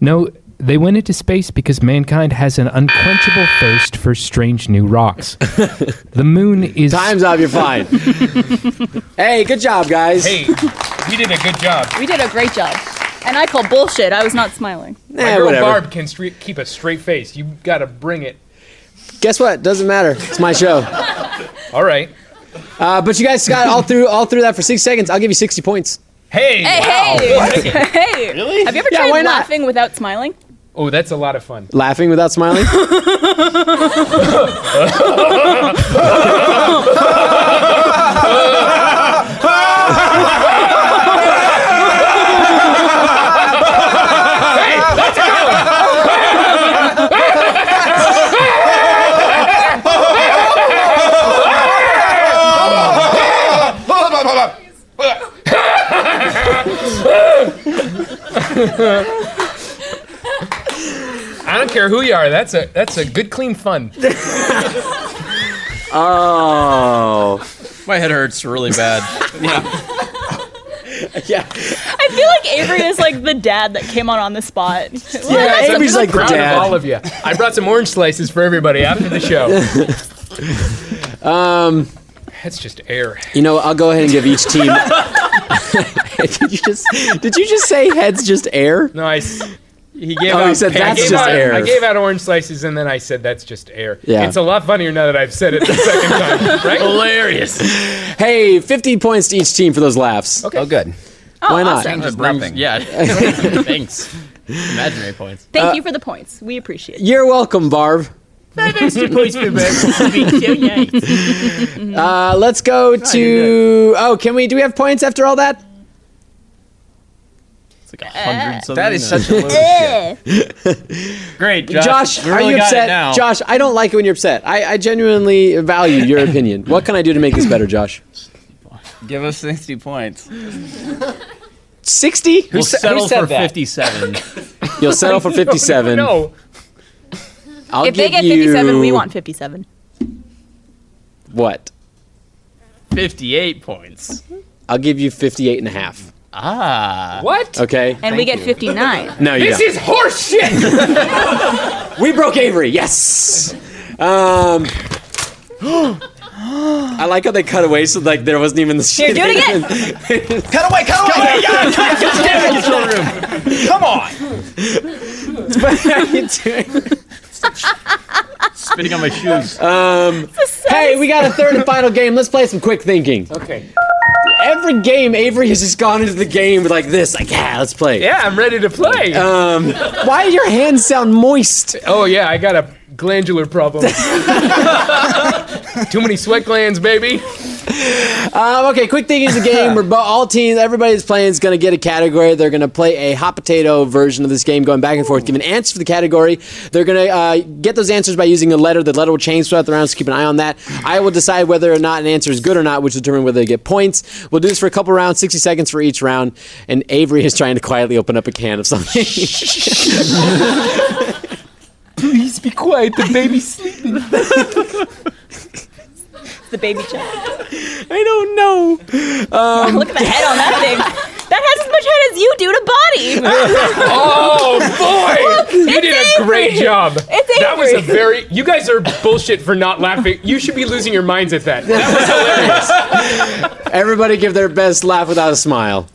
[SPEAKER 8] No, They went into space because mankind has an unquenchable thirst for strange new rocks. the moon is
[SPEAKER 1] Time's up. You're fine. hey, good job, guys.
[SPEAKER 3] Hey, you did a good job.
[SPEAKER 2] We did a great job. And I call bullshit. I was not smiling.
[SPEAKER 1] Eh,
[SPEAKER 3] My girl
[SPEAKER 1] whatever.
[SPEAKER 3] Barb can stre- keep a straight face. You got to bring it.
[SPEAKER 1] Guess what? Doesn't matter. It's my show.
[SPEAKER 3] All right.
[SPEAKER 1] Uh, but you guys got all through all through that for six seconds. I'll give you 60 points.
[SPEAKER 3] Hey.
[SPEAKER 2] Hey, hey, hey! Really? Have you ever
[SPEAKER 1] Yeah, why
[SPEAKER 2] tried
[SPEAKER 1] not?
[SPEAKER 2] laughing without smiling?
[SPEAKER 3] Oh, that's a lot of fun.
[SPEAKER 1] Laughing without smiling.
[SPEAKER 3] I don't care who you are. That's a that's a good clean fun.
[SPEAKER 1] Oh,
[SPEAKER 5] My head hurts really bad.
[SPEAKER 1] yeah.
[SPEAKER 2] I feel like Avery is like the dad that came on on the spot.
[SPEAKER 1] Yeah,
[SPEAKER 3] I'm
[SPEAKER 1] Avery's
[SPEAKER 3] so
[SPEAKER 1] like the
[SPEAKER 3] proud
[SPEAKER 1] dad.
[SPEAKER 3] of all of you. I brought some orange slices for everybody after the show. um,
[SPEAKER 1] Um,
[SPEAKER 3] that's just air.
[SPEAKER 1] You know, what? I'll go ahead and give each team. did you just did you just say heads just air?
[SPEAKER 3] Nice. He gave
[SPEAKER 1] Oh,
[SPEAKER 3] out.
[SPEAKER 1] he said,
[SPEAKER 3] I
[SPEAKER 1] "That's
[SPEAKER 3] gave
[SPEAKER 1] just
[SPEAKER 3] out-
[SPEAKER 1] air."
[SPEAKER 3] I gave out orange slices and then I said that's just air.
[SPEAKER 1] Yeah.
[SPEAKER 3] It's a lot funnier now that I've said it the second time, right?
[SPEAKER 4] Hilarious.
[SPEAKER 1] Hey, 50 points to each team for those laughs.
[SPEAKER 5] Oh, good.
[SPEAKER 1] Why not?
[SPEAKER 2] awesome.
[SPEAKER 5] Just nothing.
[SPEAKER 4] yeah. Thanks. Imaginary points.
[SPEAKER 2] Thank you for the points. We appreciate it.
[SPEAKER 1] You're welcome, Barb. Uh, let's go to. Oh, can we? Do we have points after all that?
[SPEAKER 4] It's like a hundred something.
[SPEAKER 5] That is
[SPEAKER 4] uh,
[SPEAKER 5] such a load.
[SPEAKER 6] Great,
[SPEAKER 1] Josh, are you upset? Josh, I don't like it when you're upset. I, I genuinely value your opinion. What can I do to make this better, Josh?
[SPEAKER 5] Give us 60 points.
[SPEAKER 1] 60?
[SPEAKER 4] We'll settle
[SPEAKER 5] said
[SPEAKER 4] for
[SPEAKER 5] that?
[SPEAKER 4] 57.
[SPEAKER 1] You'll settle for 57.
[SPEAKER 3] No.
[SPEAKER 1] I'll
[SPEAKER 2] If they
[SPEAKER 1] give
[SPEAKER 2] get 57,
[SPEAKER 1] you-
[SPEAKER 2] we want 57.
[SPEAKER 1] What?
[SPEAKER 4] 58 points.
[SPEAKER 1] I'll give you 58 and a half.
[SPEAKER 4] Ah.
[SPEAKER 3] What?
[SPEAKER 1] Okay?
[SPEAKER 2] And we get 59.
[SPEAKER 1] No, you
[SPEAKER 3] This
[SPEAKER 1] don't.
[SPEAKER 3] is horse shit.
[SPEAKER 1] We broke Avery. Yes. Um, I like how they cut away so like there wasn't even the shit.
[SPEAKER 2] do it
[SPEAKER 1] again.
[SPEAKER 5] Cut away, cut away! Come on!
[SPEAKER 4] Spitting on my shoes.
[SPEAKER 1] Uh, hey, we got a third and final game. Let's play some quick thinking.
[SPEAKER 3] okay.
[SPEAKER 1] Every game, Avery has just gone into the game like this. Like, yeah, let's play.
[SPEAKER 3] Yeah, I'm ready to play.
[SPEAKER 1] Um, why do your hands sound moist?
[SPEAKER 3] oh yeah, I got a glandular problem. Too many sweat glands, baby.
[SPEAKER 1] Um, okay, quick thing is a game where bo- all teams, everybody's playing is going to get a category. They're going to play a hot potato version of this game, going back and forth, give an answer for the category. They're going to uh, get those answers by using a letter. The letter will change throughout the rounds. keep an eye on that. I will decide whether or not an answer is good or not, which will determine whether they get points. We'll do this for a couple rounds, 60 seconds for each round. And Avery is trying to quietly open up a can of something.
[SPEAKER 3] Please be quiet. The baby's sleeping.
[SPEAKER 2] It's the baby child.
[SPEAKER 1] I don't know.
[SPEAKER 2] Look at the head on that thing. That has as much head as you do to body.
[SPEAKER 3] Oh boy! you did a
[SPEAKER 2] Avery.
[SPEAKER 3] great job.
[SPEAKER 2] It's
[SPEAKER 3] That was a
[SPEAKER 2] Avery.
[SPEAKER 3] very. You guys are bullshit for not laughing. You should be losing your minds at that. That was hilarious.
[SPEAKER 1] Everybody give their best laugh without a smile.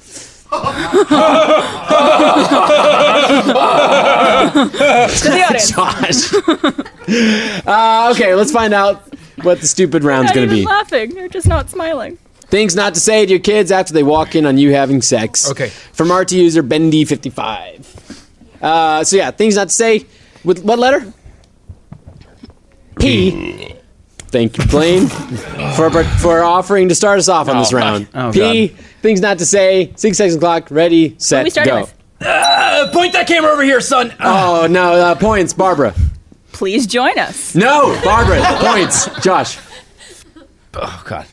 [SPEAKER 2] To the audience.
[SPEAKER 1] Josh. uh, okay, let's find out what the stupid round's
[SPEAKER 2] Not
[SPEAKER 1] going to
[SPEAKER 2] even
[SPEAKER 1] be.
[SPEAKER 2] laughing. You're just not smiling.
[SPEAKER 1] Things not to say to your kids after they walk in on you having sex.
[SPEAKER 3] Okay.
[SPEAKER 1] From RT user Bendy55. Uh, so yeah, things not to say. With what letter? P. Thank you, Blaine, for for offering to start us off on this round.
[SPEAKER 5] Oh,
[SPEAKER 1] P. Things not to say. Six seconds clock. Ready, set,
[SPEAKER 2] we starting
[SPEAKER 1] go.
[SPEAKER 2] with?
[SPEAKER 4] Point that camera over here, son.
[SPEAKER 1] Oh no, uh, points, Barbara.
[SPEAKER 2] Please join us.
[SPEAKER 1] No, Barbara. points, Josh.
[SPEAKER 5] Oh, God.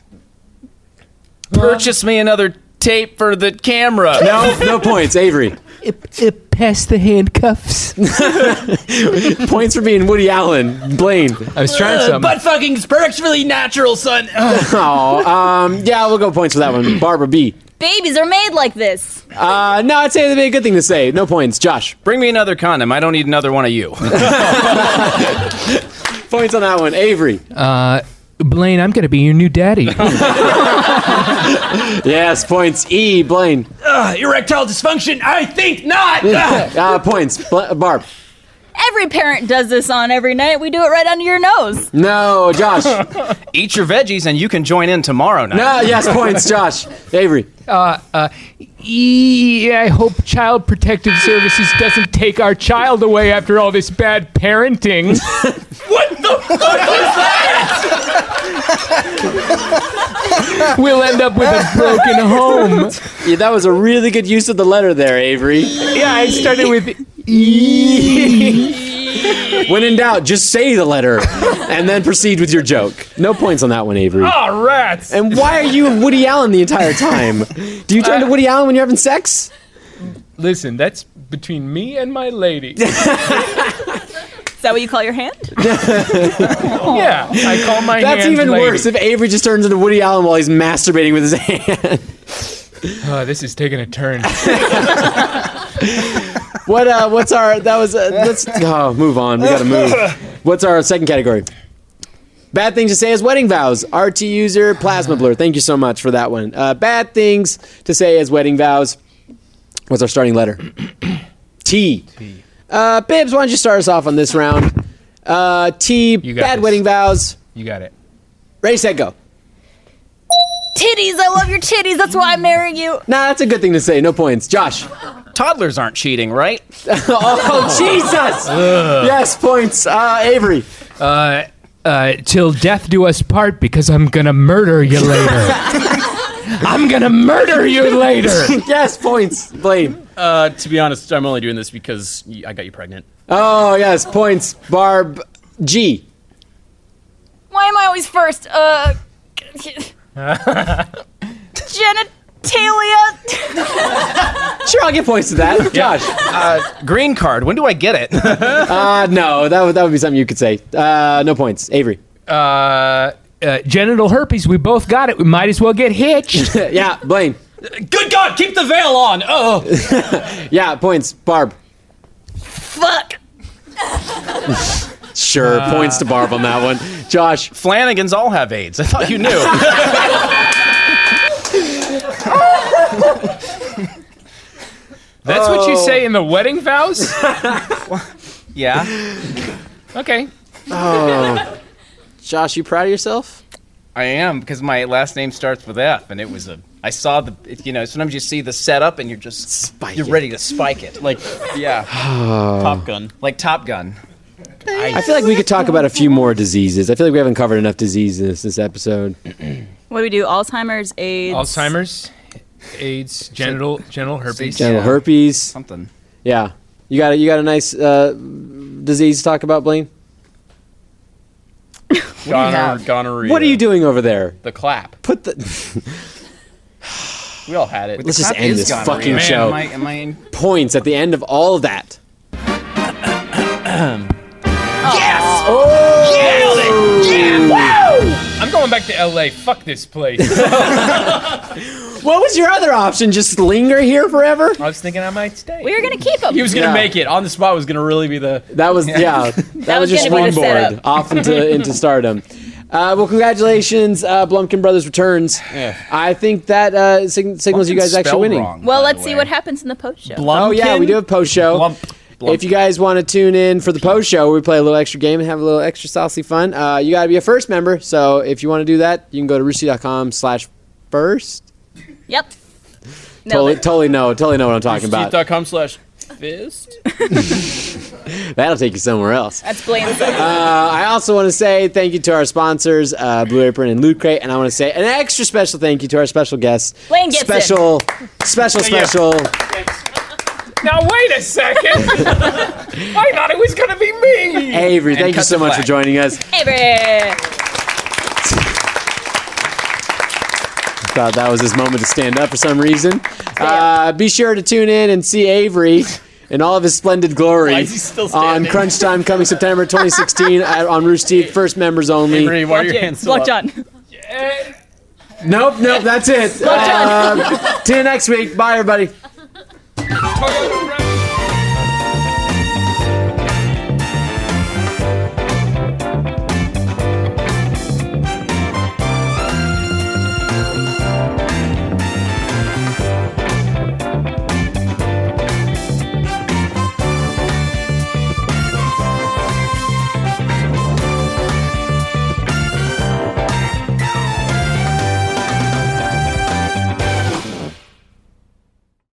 [SPEAKER 5] Purchase me another tape for the camera.
[SPEAKER 1] No, no points, Avery.
[SPEAKER 8] pass the handcuffs.
[SPEAKER 1] Points for being Woody Allen. Blaine.
[SPEAKER 8] I was trying something.
[SPEAKER 4] Butt fucking is perfectly natural, son.
[SPEAKER 1] Oh, um, yeah, we'll go points for that one. Barbara B.
[SPEAKER 7] Babies are made like this.
[SPEAKER 1] Uh, no, I'd say that'd be a good thing to say. No points. Josh,
[SPEAKER 5] Bring me another condom. I don't need another one of you.
[SPEAKER 1] points on that one. Avery.
[SPEAKER 8] Blaine, I'm going to be your new daddy.
[SPEAKER 1] Yes, points. E. Blaine.
[SPEAKER 4] Erectile dysfunction? I think not.
[SPEAKER 1] Uh, points. Bl- Barb.
[SPEAKER 7] Every parent does this on every night. We do it right under your nose.
[SPEAKER 1] No, Josh.
[SPEAKER 5] Eat your veggies and you can join in tomorrow night.
[SPEAKER 1] No, yes, points. Josh. Avery.
[SPEAKER 8] e- I hope Child Protective Services doesn't take our child away after all this bad parenting. what the fuck is that? we'll end up with a broken home.
[SPEAKER 1] Yeah, that was a really good use of the letter there, Avery.
[SPEAKER 8] Yeah, I started with
[SPEAKER 1] When in doubt, just say the letter and then proceed with your joke. No points on that one, Avery.
[SPEAKER 8] "Ah,
[SPEAKER 3] Oh, rats.
[SPEAKER 1] And why are you Woody Allen the entire time? Do you
[SPEAKER 3] Uh,
[SPEAKER 1] turn to Woody Allen when you're having sex?
[SPEAKER 3] Listen, that's between me and my lady.
[SPEAKER 2] Is that what you call your hand?
[SPEAKER 3] yeah, I call my
[SPEAKER 1] That's
[SPEAKER 3] hand
[SPEAKER 1] even
[SPEAKER 3] lady.
[SPEAKER 1] worse if Avery just turns into Woody Allen while he's masturbating with his hand.
[SPEAKER 3] Oh, this is taking a turn.
[SPEAKER 1] What uh what's our that was uh, let's oh, move on. We got to move. What's our second category? Bad things to say as wedding vows. RT user plasma blur. Thank you so much for that one. Uh, bad things to say as wedding vows. What's our starting letter? T. Uh, Bibbs, why don't you start us off on this round? Uh, T.
[SPEAKER 3] got
[SPEAKER 1] Bad
[SPEAKER 3] this.
[SPEAKER 1] wedding vows.
[SPEAKER 3] You got it.
[SPEAKER 1] Ready, set, go.
[SPEAKER 7] Titties, I love your titties. That's why I'm marrying you.
[SPEAKER 1] Nah, that's a good thing to say. No points. Josh.
[SPEAKER 5] Toddlers aren't cheating, right?
[SPEAKER 1] Oh Jesus! Yes, points. Uh, Avery.
[SPEAKER 8] uh, till death do us part because I'm gonna murder you later. I'm gonna murder you later.
[SPEAKER 1] Yes, points. Blaine.
[SPEAKER 4] Uh, to be honest, I'm only doing this because y- I got you pregnant.
[SPEAKER 1] Oh yes, points. Barb G.
[SPEAKER 7] Why am I always first? Uh, genitalia.
[SPEAKER 1] Sure, I'll give points to that. Josh.
[SPEAKER 5] Green card. When do I get it?
[SPEAKER 1] Uh, no, that would that would be something you could say. Uh, no points. Avery.
[SPEAKER 8] Uh, uh, genital herpes. We both got it. We might as well get hitched.
[SPEAKER 1] Yeah, Blaine.
[SPEAKER 4] Good God, keep the veil on. Oh,
[SPEAKER 1] Yeah, points. Barb.
[SPEAKER 7] Fuck.
[SPEAKER 1] Sure, points to Barb on that one. Josh.
[SPEAKER 5] Flanagan's all have AIDS. I thought you knew.
[SPEAKER 3] That's what you say in the wedding vows?
[SPEAKER 5] yeah,
[SPEAKER 3] Okay.
[SPEAKER 1] Josh, you proud of yourself?
[SPEAKER 5] I am because my last name starts with F, and it was a. I saw the. it- You know, sometimes you see the setup, and you're just
[SPEAKER 1] Spike
[SPEAKER 5] you're
[SPEAKER 1] it.
[SPEAKER 5] ready to spike it. Like yeah,
[SPEAKER 1] Uh,
[SPEAKER 4] Top Gun.
[SPEAKER 5] like Top Gun.
[SPEAKER 1] I feel like we could talk about a few more diseases. I feel like we haven't covered enough diseases this episode.
[SPEAKER 2] What do we do? Alzheimer's, AIDS.
[SPEAKER 3] Alzheimer's, AIDS, genital genital herpes.
[SPEAKER 1] Genital
[SPEAKER 5] Yeah.
[SPEAKER 1] herpes.
[SPEAKER 5] Something.
[SPEAKER 1] Yeah. You got a, you got a nice uh, disease to talk about, Blaine?
[SPEAKER 5] Gonorrhea.
[SPEAKER 1] What are you doing over there?
[SPEAKER 5] The clap.
[SPEAKER 1] Put the
[SPEAKER 5] We all had it.
[SPEAKER 1] Let's just
[SPEAKER 5] Clap
[SPEAKER 1] end
[SPEAKER 5] is
[SPEAKER 1] this
[SPEAKER 5] gonorrhea.
[SPEAKER 1] fucking
[SPEAKER 5] Man,
[SPEAKER 1] show.
[SPEAKER 5] Am I, am I in-
[SPEAKER 1] points at the end of all of that.
[SPEAKER 3] Oh! I'm going back to LA. Fuck this place.
[SPEAKER 1] What was your other option? Just linger here forever?
[SPEAKER 3] I was thinking I might stay.
[SPEAKER 7] We were gonna keep him.
[SPEAKER 4] He was gonna
[SPEAKER 1] Yeah.
[SPEAKER 4] make it on the spot. Was gonna really be the.
[SPEAKER 1] That was yeah. That, was
[SPEAKER 7] was
[SPEAKER 1] just
[SPEAKER 7] gonna be
[SPEAKER 1] one
[SPEAKER 7] the
[SPEAKER 1] board
[SPEAKER 7] setup.
[SPEAKER 1] off into into stardom. Uh, well, congratulations, uh, Blumpkin Brothers returns. I think that uh, sig- signals you guys actually
[SPEAKER 5] Spelled
[SPEAKER 1] winning.
[SPEAKER 5] wrong,
[SPEAKER 7] well,
[SPEAKER 5] by
[SPEAKER 7] let's
[SPEAKER 5] the
[SPEAKER 7] see
[SPEAKER 5] way.
[SPEAKER 7] what happens in the post show.
[SPEAKER 1] Oh yeah, we do have post show. If you guys want to tune in for the post show, where we play a little extra game and have a little extra saucy fun. Uh, you got to be a first member, so if you want to do that, you can go to roosterteeth.com slash first.
[SPEAKER 7] Yep. No,
[SPEAKER 1] Totally,
[SPEAKER 7] but-
[SPEAKER 1] totally know, totally know what I'm talking about.
[SPEAKER 4] Teeth.com slash fist.
[SPEAKER 1] That'll take you somewhere else.
[SPEAKER 7] that's Blaine's.
[SPEAKER 1] Uh, I also want to say thank you to our sponsors, uh, Blue Apron and Loot Crate, and I want to say an extra special thank you to our special guest,
[SPEAKER 7] Blaine Gibson.
[SPEAKER 1] special, special, special.
[SPEAKER 3] Now wait a second. I thought it was gonna be me.
[SPEAKER 1] Avery, thank you
[SPEAKER 5] cut
[SPEAKER 1] so
[SPEAKER 5] the
[SPEAKER 1] much
[SPEAKER 5] flag.
[SPEAKER 1] for joining us.
[SPEAKER 7] Avery.
[SPEAKER 1] Thought that was his moment to stand up for some reason. Uh, be sure to tune in and see Avery. In all of his splendid glory
[SPEAKER 4] is he still
[SPEAKER 1] on
[SPEAKER 4] standing?
[SPEAKER 1] Crunch Time coming September 2016 at, on Rooster Teeth, first members only.
[SPEAKER 4] Avery, why are your hands so
[SPEAKER 2] Block John.
[SPEAKER 4] up?
[SPEAKER 1] Nope, nope, that's it. Uh, till next week. Bye, everybody.
[SPEAKER 3] Bye.